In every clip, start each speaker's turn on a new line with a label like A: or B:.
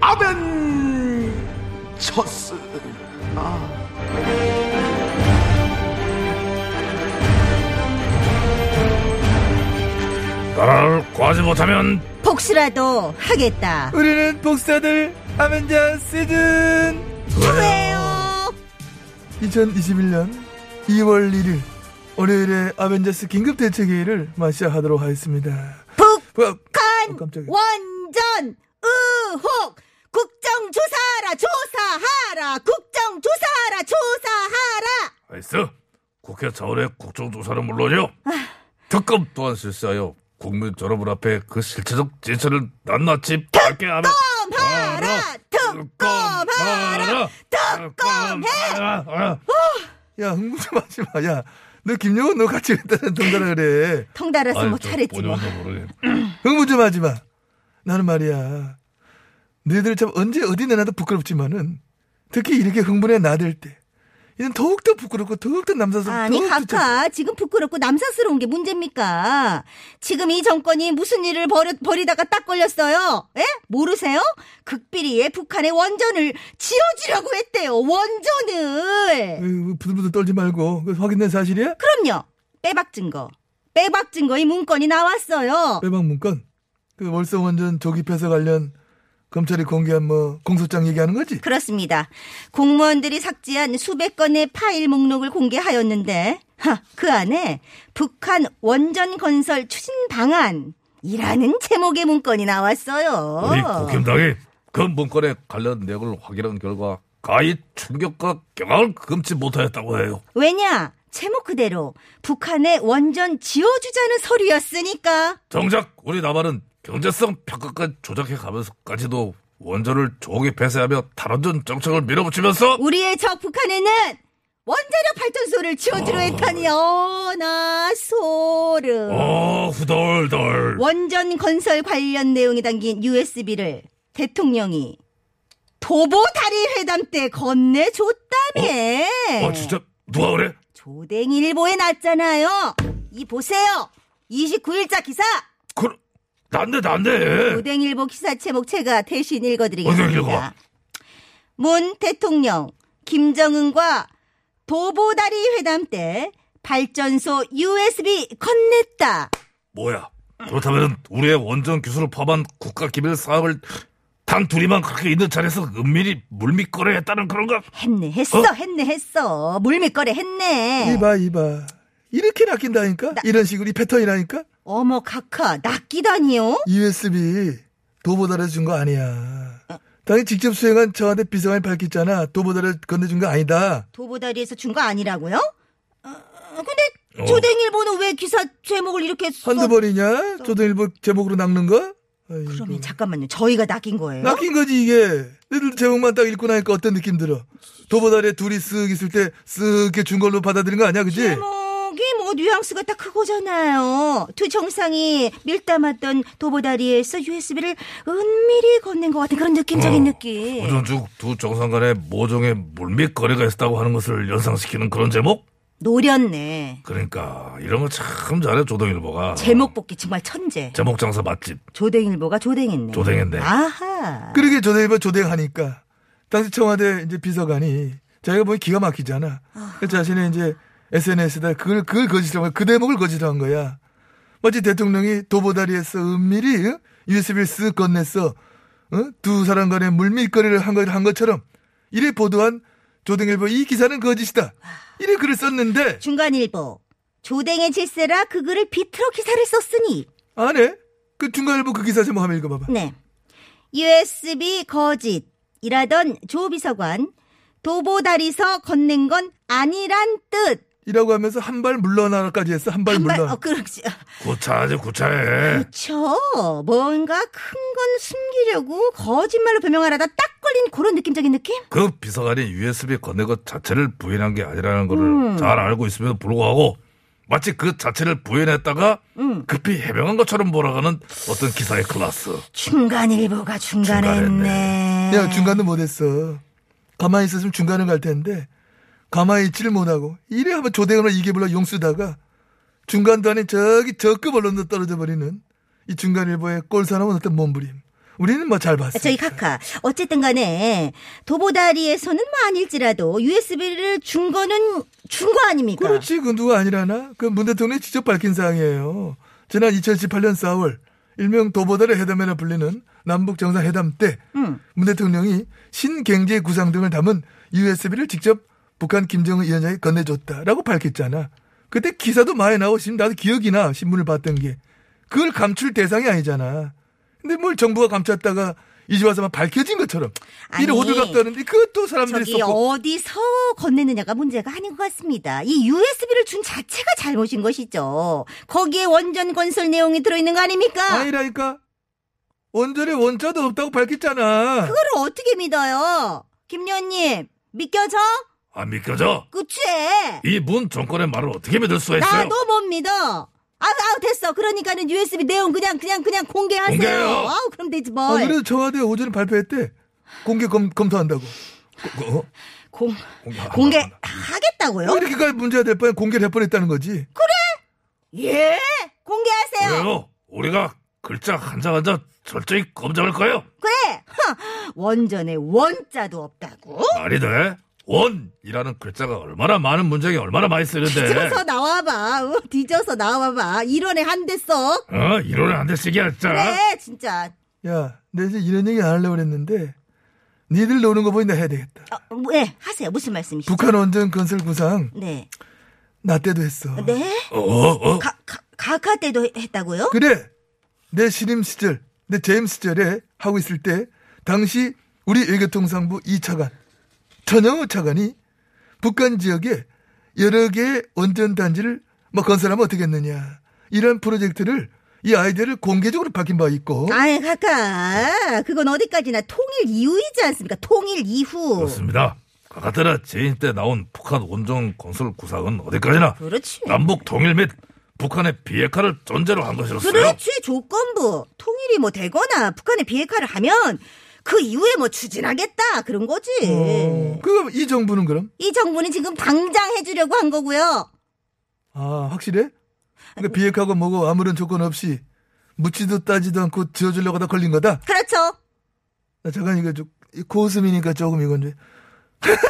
A: 아벤처스.
B: 나라를 구하지 못하면
C: 복수라도 하겠다.
D: 우리는 복사들 아벤자 시즌
C: 왜요?
D: 2021년 2월 1일 월요일에 아벤자스 긴급 대책회의를 마시하도록 하겠습니다. 뭐, 북한
C: 간
D: 어, 깜짝이야.
C: 원전 의혹 국정 조사하라 조사하라 국정 조사하라 조사하라
B: 알았어? 국회 차원의 국정조사는 물론이요 특검 또한 실시하여 국민 여러분 앞에 그 실체적 진실을 낱낱이 밝게 하면
C: 검하라 특검하라
B: 특검해
D: 야 흥분 좀 하지 마. 야너 김영훈 너 같이 했다는 동달아 그래.
C: 통달아서 뭐 잘했지 뭐.
D: 흥분 좀 하지 마. 나는 말이야. 너희들 참 언제 어디 내놔도 부끄럽지만은 특히 이렇게 흥분에 나댈 때 이는 더욱더 부끄럽고 더욱더 남사스럽고
C: 아니
D: 더욱더 참-
C: 각하 지금 부끄럽고 남사스러운 게 문제입니까? 지금 이 정권이 무슨 일을 버리다가딱 걸렸어요. 예? 모르세요? 극비리에 북한의 원전을 지어주려고 했대요. 원전을.
D: 에휴, 부들부들 떨지 말고 그 확인된 사실이야?
C: 그럼요. 빼박 증거. 빼박 증거의 문건이 나왔어요.
D: 빼박 문건 그 월성 원전 조기 폐쇄 관련 검찰이 공개한 뭐 공소장 얘기하는 거지?
C: 그렇습니다. 공무원들이 삭제한 수백 건의 파일 목록을 공개하였는데 하, 그 안에 북한 원전 건설 추진 방안이라는 제목의 문건이 나왔어요.
B: 우리 국힘당이 그 문건에 관련 내용을 확인한 결과 가히 충격과 경악을 금치 못하였다고 해요
C: 왜냐? 제목 그대로 북한의 원전 지어주자는 서류였으니까
B: 정작 우리 남한은 경제성 평가까지 조작해 가면서까지도 원전을 조기 폐쇄하며 탈원전 정책을 밀어붙이면서
C: 우리의 적 북한에는 원자력 발전소를 지어주려 했다니 어나 소름.
B: 어 후덜덜
C: 원전 건설 관련 내용이 담긴 USB를 대통령이 도보다리 회담 때 건네줬다며.
B: 어 진짜 누가 그래?
C: 조댕이 일보에 났잖아요. 이 보세요. 29일자 기사.
B: 그 난데 난데
C: 조댕이 일보 기사 제목 제가 대신
B: 네. 어디 읽어?
C: 읽어드리겠습니다. 문 대통령 김정은과 도보다리 회담 때 발전소 USB 건넸다.
B: 뭐야 그렇다면 우리의 원전 기술을 포함한 국가기밀 사업을 단 둘이만 그렇게 있는 자리에서 은밀히 물밑거래 했다는 그런가?
C: 했네 했어
B: 어?
C: 했네 했어 물밑거래 했네
D: 이봐 이봐 이렇게 낚인다니까? 이런 식으로 이 패턴이라니까?
C: 어머 카카 낚이다니요
D: USB 도보다를 준 거 아니야.
C: 어.
D: 당연히 직접 수행한 저한테 비서관이 밝혔잖아. 도보다를 건네준 거 아니다.
C: 도보다리에서 준 거 아니라고요? 어, 어,
B: 어.
C: 근데 조댕일보는 왜 기사 제목을 이렇게 써?
D: 한두 번이냐? 조선일보 제목으로 낚는 거? 아이고.
C: 그러면 잠깐만요 저희가 낚인 거예요?
D: 낚인 거지 이게. 너희들 제목만 딱 읽고 나니까 어떤 느낌 들어? 도보다리에 둘이 쓱 있을 때 쓱 이렇게 준 걸로 받아들인 거 아니야, 그지?
C: 제목이 예, 뭐 뉘앙스가 딱 그거잖아요 두 정상이 밀담했던 도보다리에서 USB를 은밀히 건넨 것 같은 그런 느낌적인
B: 어,
C: 느낌
B: 우선 쭉두 정상 간의 모종의 물밑거래가 있었다고 하는 것을 연상시키는 그런 제목?
C: 노렸네
B: 그러니까 이런 거 참 잘해 조동일보가
C: 제목 뽑기 정말 천재
B: 제목 장사 맛집
C: 조댕일보가 조댕했네
B: 조댕했네.
C: 아하
D: 그러게 뭐 조대일보 조대하니까 당시 청와대 이제 비서관이 자기가 보니 기가 막히잖아. 그래서 자신의 이제 SNS에다 그걸 그걸 거짓으로 그 대목을 거짓으로 한 거야. 마치 대통령이 도보다리에서 은밀히 응? USB를 쓱 건넸어. 응? 두 사람 간의 물밀거리를 한, 거, 한 것처럼 이래 보도한 조등일보 이 기사는 거짓이다. 이래 글을 썼는데
C: 중간일보 조댕의 질세라 그 글을 비틀어 기사를 썼으니
D: 안에 그 중간일보 그 기사 제목 한번 읽어봐봐.
C: 네 USB 거짓이라던 조 비서관 도보다리서 건넨 건 아니란 뜻
D: 이라고 하면서 한 발 물러나라까지 했어. 한 발
C: 한발
D: 물러나.
C: 어 그렇지.
B: 구차하지 구차해.
C: 저 뭔가 큰 건 숨기려고 거짓말로 변명하려다 딱 걸린 그런 느낌적인 느낌?
B: 그 비서관이 USB 건넨 것 자체를 부인한 게 아니라는 거를
C: 음.
B: 잘 알고 있음에도 불구하고 마치 그 자체를 부인했다가
C: 음.
B: 급히 해명한 것처럼 몰아가는 어떤 기사의 클라스.
C: 중간 일보가 중간에 있네.
D: 야, 중간도 못했어. 가만히 있었으면 중간을 갈 텐데, 가만히 있지를 못하고, 이래 한번 조대원을 이게 불러 용쓰다가, 중간도 아닌 저기 저급 언론도 떨어져 버리는, 이 중간일보의 꼴사나운 어떤 몸부림. 우리는 뭐 잘 봤어.
C: 아, 저희 카카 어쨌든 간에 도보다리에서는 뭐 아닐지라도 USB를 준 거는 준 거 아닙니까?
D: 그렇지, 그 누가 아니라나? 그 문 대통령이 직접 밝힌 사항이에요. 지난 2018년 4월, 일명 도보다리 회담이라 불리는 남북 정상회담 때,
C: 음.
D: 문 대통령이 신경제 구상 등을 담은 USB를 직접 북한 김정은 위원장이 건네줬다라고 밝혔잖아. 그때 기사도 많이 나오고, 지금 나도 기억이 나, 신문을 봤던 게. 그걸 감출 대상이 아니잖아. 근데 뭘 정부가 감췄다가, 이제 와서 막 밝혀진 것처럼.
C: 아니,
D: 이래 오들갑다는데, 그것도 사람들이
C: 저기
D: 썼고.
C: 어디서 건네느냐가 문제가 아닌 것 같습니다. 이 USB를 준 자체가 잘못인 것이죠. 거기에 원전 건설 내용이 들어있는 거 아닙니까?
D: 아니라니까 원전에 원자도 없다고 밝혔잖아.
C: 그거를 어떻게 믿어요? 김여원님 믿겨져?
B: 안 믿겨져?
C: 그치?
B: 이 문 정권의 말을 어떻게 믿을 수가 있어요?
C: 나도 못 믿어. 아, 아 됐어. 그러니까는 USB 내용 그냥 그냥 그냥 공개하세요.
B: 공개해요.
C: 아우 그럼 되지
D: 아,
C: 뭘.
D: 그래도 청와대 오전에 발표했대. 공개 검, 검토한다고.
C: 공,
B: 공개-
C: 공개 하겠다고요?
D: 어, 이렇게까지 문제가 될 바에 공개를 해버렸다는 거지.
C: 예, 공개하세요.
B: 왜요? 우리가 글자 한 장 한 장 철저히 검증할 거예요.
C: 그래. 하, 원전에 원자도 없다고.
B: 말이 돼? 원이라는 글자가 얼마나 많은 문장이 얼마나 많이 쓰는데.
C: 뒤져서 나와봐. 어, 뒤져서 나와봐. 1원에 한 대씩.
B: 어, 이론을 안 대쓰기야, 진짜.
C: 그래, 진짜.
D: 야, 내가 이제 이런 얘기 안 하려고 그랬는데 니들 노는 거 보니 나 해야 되겠다.
C: 어, 뭐, 예, 하세요. 무슨 말씀이시죠?
D: 북한 원전 건설 구상
C: 네.
D: 나 때도 했어.
C: 네?
B: 어, 어, 어.
C: 가, 가, 가카 때도 했다고요?
D: 그래. 내 신임 시절, 내 재임 시절에 하고 있을 때 당시 우리 외교통상부 이차관 전영우 차관이 북한 지역에 여러 개의 원전 단지를 뭐 건설하면 어떻게 했느냐. 이런 프로젝트를 이 아이디어를 공개적으로 밝힌 바 있고
B: 그-
C: 아이, 가카. 그건 어디까지나 통일 이후이지 않습니까? 통일 이후.
B: 그렇습니다. 가가테라 재인 때 나온 북한 원전 건설 구상은 어디까지나
C: 그렇지.
B: 남북 동일 및 북한의 비핵화를 전제로 한 것이었어요.
C: 그렇지 조건부 통일이 뭐 되거나 북한의 비핵화를 하면 그 이후에 뭐 추진하겠다 그런 거지 네.
B: 어.
D: 그럼 이 정부는 그럼
C: 이 정부는 지금 당장 해주려고 한 거고요
D: 아 확실해? 그러니까 비핵하고 뭐고 아무런 조건 없이 묻지도 따지도 않고 지어주려고 다 걸린 거다?
C: 그렇죠
D: 나 잠깐 이거 좀 고웃음이니까 조금 이건 좀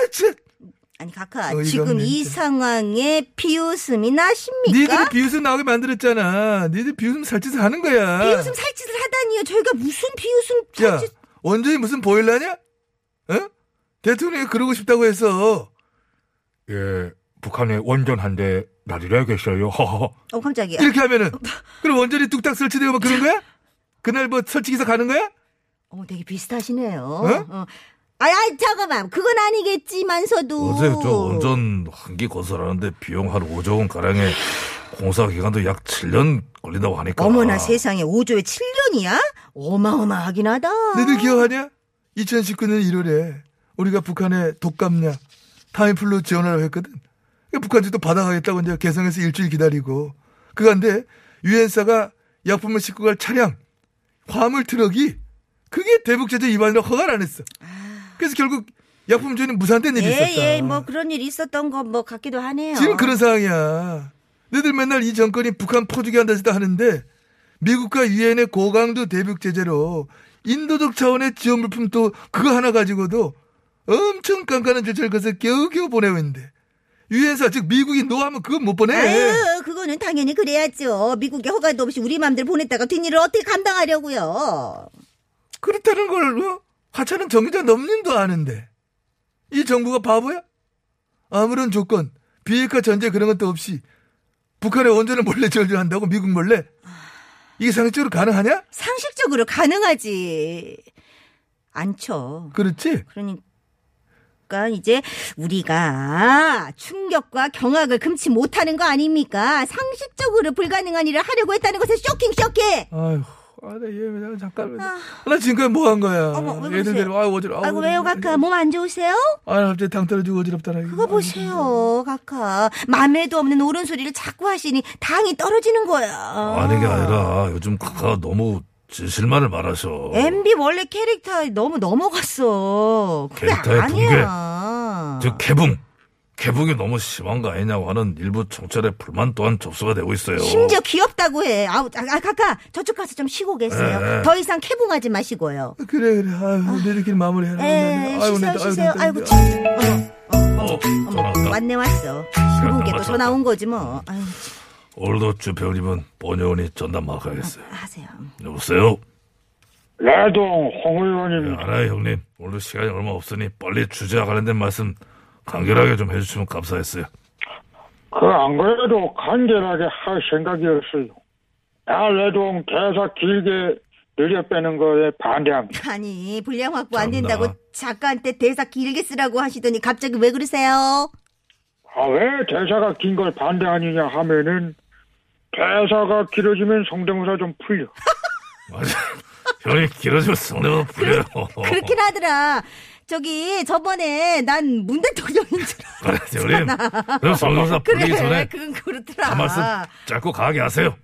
C: 아니 각하
D: 어이가
C: 지금
D: 없네,
C: 이
D: 진짜.
C: 상황에 비웃음이 나십니까?
B: 네,
D: 니들이 비웃음 나오게 만들었잖아. 니들 비웃음 살짓을 하는 거야.
C: 비웃음 살짓을 하다니요 저희가 무슨 비웃음
D: 야,
C: 살짓
D: 원전이 무슨 보일러냐? 어? 대통령이 그러고 싶다고 해서.
E: 예, 북한에 원전 한 대 날이라 계셔요. 허허.
C: 어 깜짝이야
D: 이렇게 하면은. 그럼 원전이 뚝딱 설치되고 막 그런 거야? 그날 뭐 설치기사 가는 거야?
C: 어머 되게 비슷하시네요
D: 어?
C: 어. 아이, 아이 잠깐만 그건 아니겠지만서도
B: 어제 저 원전 한 기 건설하는데 비용 한 5조 원 가량에 공사 기간도 약 7년 걸린다고 하니까.
C: 어머나 세상에 5조에 7년이야? 어마어마하긴 하다
D: 너희들 기억하냐? 2019년 1월에 우리가 북한의 독감약 타이플루 지원하라고 했거든. 그러니까 북한이 또 받아가겠다고 이제 개성에서 일주일 기다리고. 그간데 유엔사가 약품을 싣고 갈 차량, 화물 트럭이 그게 대북제재 위반이라 허가를 안 했어. 그래서 결국 약품 지원이 무산된 일이 있었다.
C: 예, 예, 뭐 그런 일이 있었던 거 뭐 같기도 하네요.
D: 지금 그런 상황이야. 너희들 맨날 이 정권이 북한 포주기 한다지도 하는데 미국과 유엔의 고강도 대북 제재로 인도적 차원의 지원 물품 또 그거 하나 가지고도 엄청 깐깐한 절차를 거서 겨우겨우 보내고 있는데 유엔사 즉 미국이 노하면 그건 못 보내.
C: 아유, 그거는 당연히 그래야죠. 미국의 허가도 없이 우리 맘대로 보냈다가 뒷일을 어떻게 감당하려고요.
D: 그렇다는 걸 어? 하찮은 정의자 넘님도 아는데 이 정부가 바보야? 아무런 조건 비핵화 전제 그런 것도 없이 북한의 원전을 몰래 절주한다고 미국 몰래 이게 상식적으로 가능하냐?
C: 상식적으로 가능하지. 않죠.
D: 그렇지?
C: 그러니 그러니까 이제 우리가 충격과 경악을 금치 못하는 거 아닙니까? 상식적으로 불가능한 일을 하려고 했다는 것에 쇼킹 쇼킹.
D: 아휴, 아, 나 얘, 잠깐만. 나 지금까지 뭐 한 거야?
C: 아. 어머, 왜
D: 얘들
C: 그러세요?
D: 데리고, 아유, 어지러워.
C: 아이고 왜요
D: 네.
C: 각하 몸 안 좋으세요?
D: 아, 나 갑자기 당 떨어지고 어지럽다, 나. 이거.
C: 그거 보세요 각하 맘에도 없는 옳은 소리를 자꾸 하시니 당이 떨어지는 거야.
B: 아니 게 아니라 요즘 카카가 너무 진실만을 말하셔.
C: MB 원래 캐릭터 너무 넘어갔어. 그게
B: 캐릭터의
C: 아니야.
B: 즉 개붕. 개붕이 너무 심한 거 아니냐고 하는 일부 청찰의 불만 또한 접수가 되고 있어요.
C: 심지어 귀엽다고 해. 아우, 아, 아, 각하, 저쪽 가서 좀 쉬고 계세요.
B: 네.
C: 더 이상 캐붕하지 마시고요.
D: 그래, 그래. 아유, 너희들끼리 마무리해라.
B: 네,
C: 에,
D: 아유,
C: 쉬세요,
D: 나, 아유,
C: 쉬세요.
D: 나, 나,
C: 아이고,
D: 나.
C: 참. 어머,
B: 어,
C: 어머,
B: 전화
C: 어머,
B: 왔다.
C: 왔네 왔어.
B: 시간
C: 신국에
B: 다
C: 또 전화 온 거지 뭐. 아유, 참,
B: 오늘도 주평님은 번여원이 전담 막아야겠어요.
C: 하세요.
B: 여보세요?
F: 라동 홍
B: 네,
F: 의원입니다.
B: 알아요 형님. 오늘도 시간이 얼마 없으니 빨리 주제와 관련된 말씀 간결하게 좀 해주시면 감사했어요.
F: 그 안 그래도 간결하게 할 생각이 없어요. 야, 라동 대사 길게 늘려 빼는 거에 반대합니다.
C: 아니, 분량 확보 안
B: 참나.
C: 된다고 작가한테 대사 길게 쓰라고 하시더니 갑자기 왜 그러세요?
F: 아, 왜 대사가 긴 걸 반대하느냐 하면은 대사가 길어지면 성대모사 좀 풀려.
B: 맞아. 형님 길어지면 성대모사 불려요.
C: 그렇긴 하더라. 저기, 저번에 난 문 대통령인 줄 알았어.
B: 그래 형님. 그럼 성대모사 불리기
C: 그래, 아.
B: 전에
C: 그건 그렇더라. 어,
B: 한 말씀 짧고 강하게 하세요.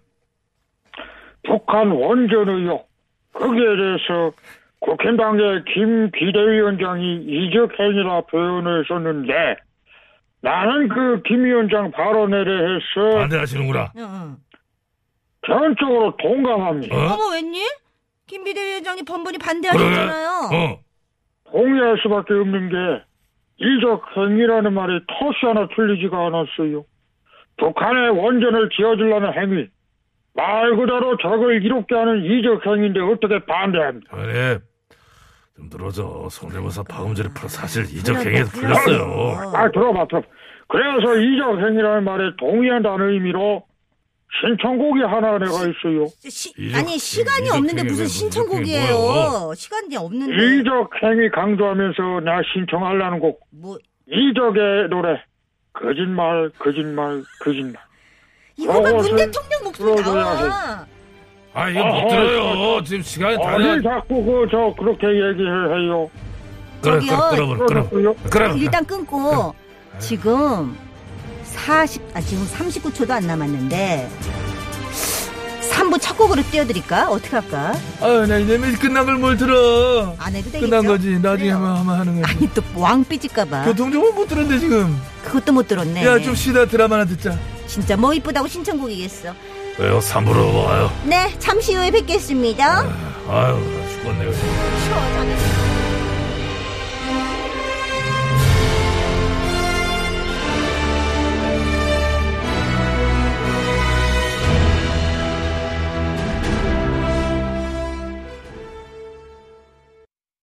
F: 북한 원전 의혹. 거기에 대해서 국힘당의 김 비대위원장이 이적행위라 표현을 썼는데 나는 그 김 위원장 발언에
B: 아,
F: 대해서
B: 네. 반대하시는구나.
C: 응, 응.
F: 전적으로 동감합니다.
B: 어?
C: 어. 어머 웬일? 김 비대위원장이 번번이
B: 그래.
C: 반대하셨잖아요.
B: 어.
F: 동의할 수밖에 없는 게 이적행위라는 말이 토시 하나 틀리지가 않았어요. 북한의 원전을 지어주려는 행위. 말 그대로 적을 이롭게 하는 이적행위인데 어떻게 반대합니다.
B: 형님. 좀 늘어져. 성대모사 파음질이 풀어 사실 이적행위에서 풀렸어요.
F: 아, 들어봐, 들어봐. 그래서 이적행위라는 말에 동의한다는 의미로 신청곡이 하나 내가 있어요.
C: 시-
B: 이적-
C: 아니 시간이
B: 이적
C: 없는데
B: 행위가
C: 무슨
B: 무슨
C: 신청곡이에요?
B: 뭐예요?
C: 시간이 없는데
F: 이적행위 강조하면서 나 신청하려는 곡.
C: 뭐
F: 이적의 노래. 거짓말, 거짓말, 거짓말.
C: 이거가
F: 어,
C: 문
F: 저-
C: 대통령 목소리
F: 들어줘야
C: 나와.
B: 아 이거 못
F: 어허,
B: 들어요. 지금 시간이 다 돼.
F: 어딜 자꾸 그 저 그렇게 얘기를 해요.
B: 그래
C: 저기요.
B: 그럼 그럼 그럼
F: 그러셨고요.
B: 그럼.
C: 일단 끊고
B: 아.
C: 지금 40, 아 지금 39초도 안 남았는데 3부 첫 곡으로 띄워드릴까? 어떻게 할까?
D: 아유, 나 이제 끝난 걸 뭘 들어.
C: 아, 안 해도 되겠죠?
D: 끝난 거지. 나중에
C: 그래요.
D: 한번 하면 하는 거지.
C: 아니 또 왕삐질까봐
D: 교통정보 못 들었는데, 지금.
C: 그것도 못 들었네.
D: 그- 야, 좀 쉬다 드라마나 듣자.
C: 진짜 뭐 이쁘다고 신청곡이겠어.
B: 왜요? 3부로 와요.
C: 네, 잠시 후에 뵙겠습니다.
B: 아유 나 죽겠네.
C: 추워, 잠시.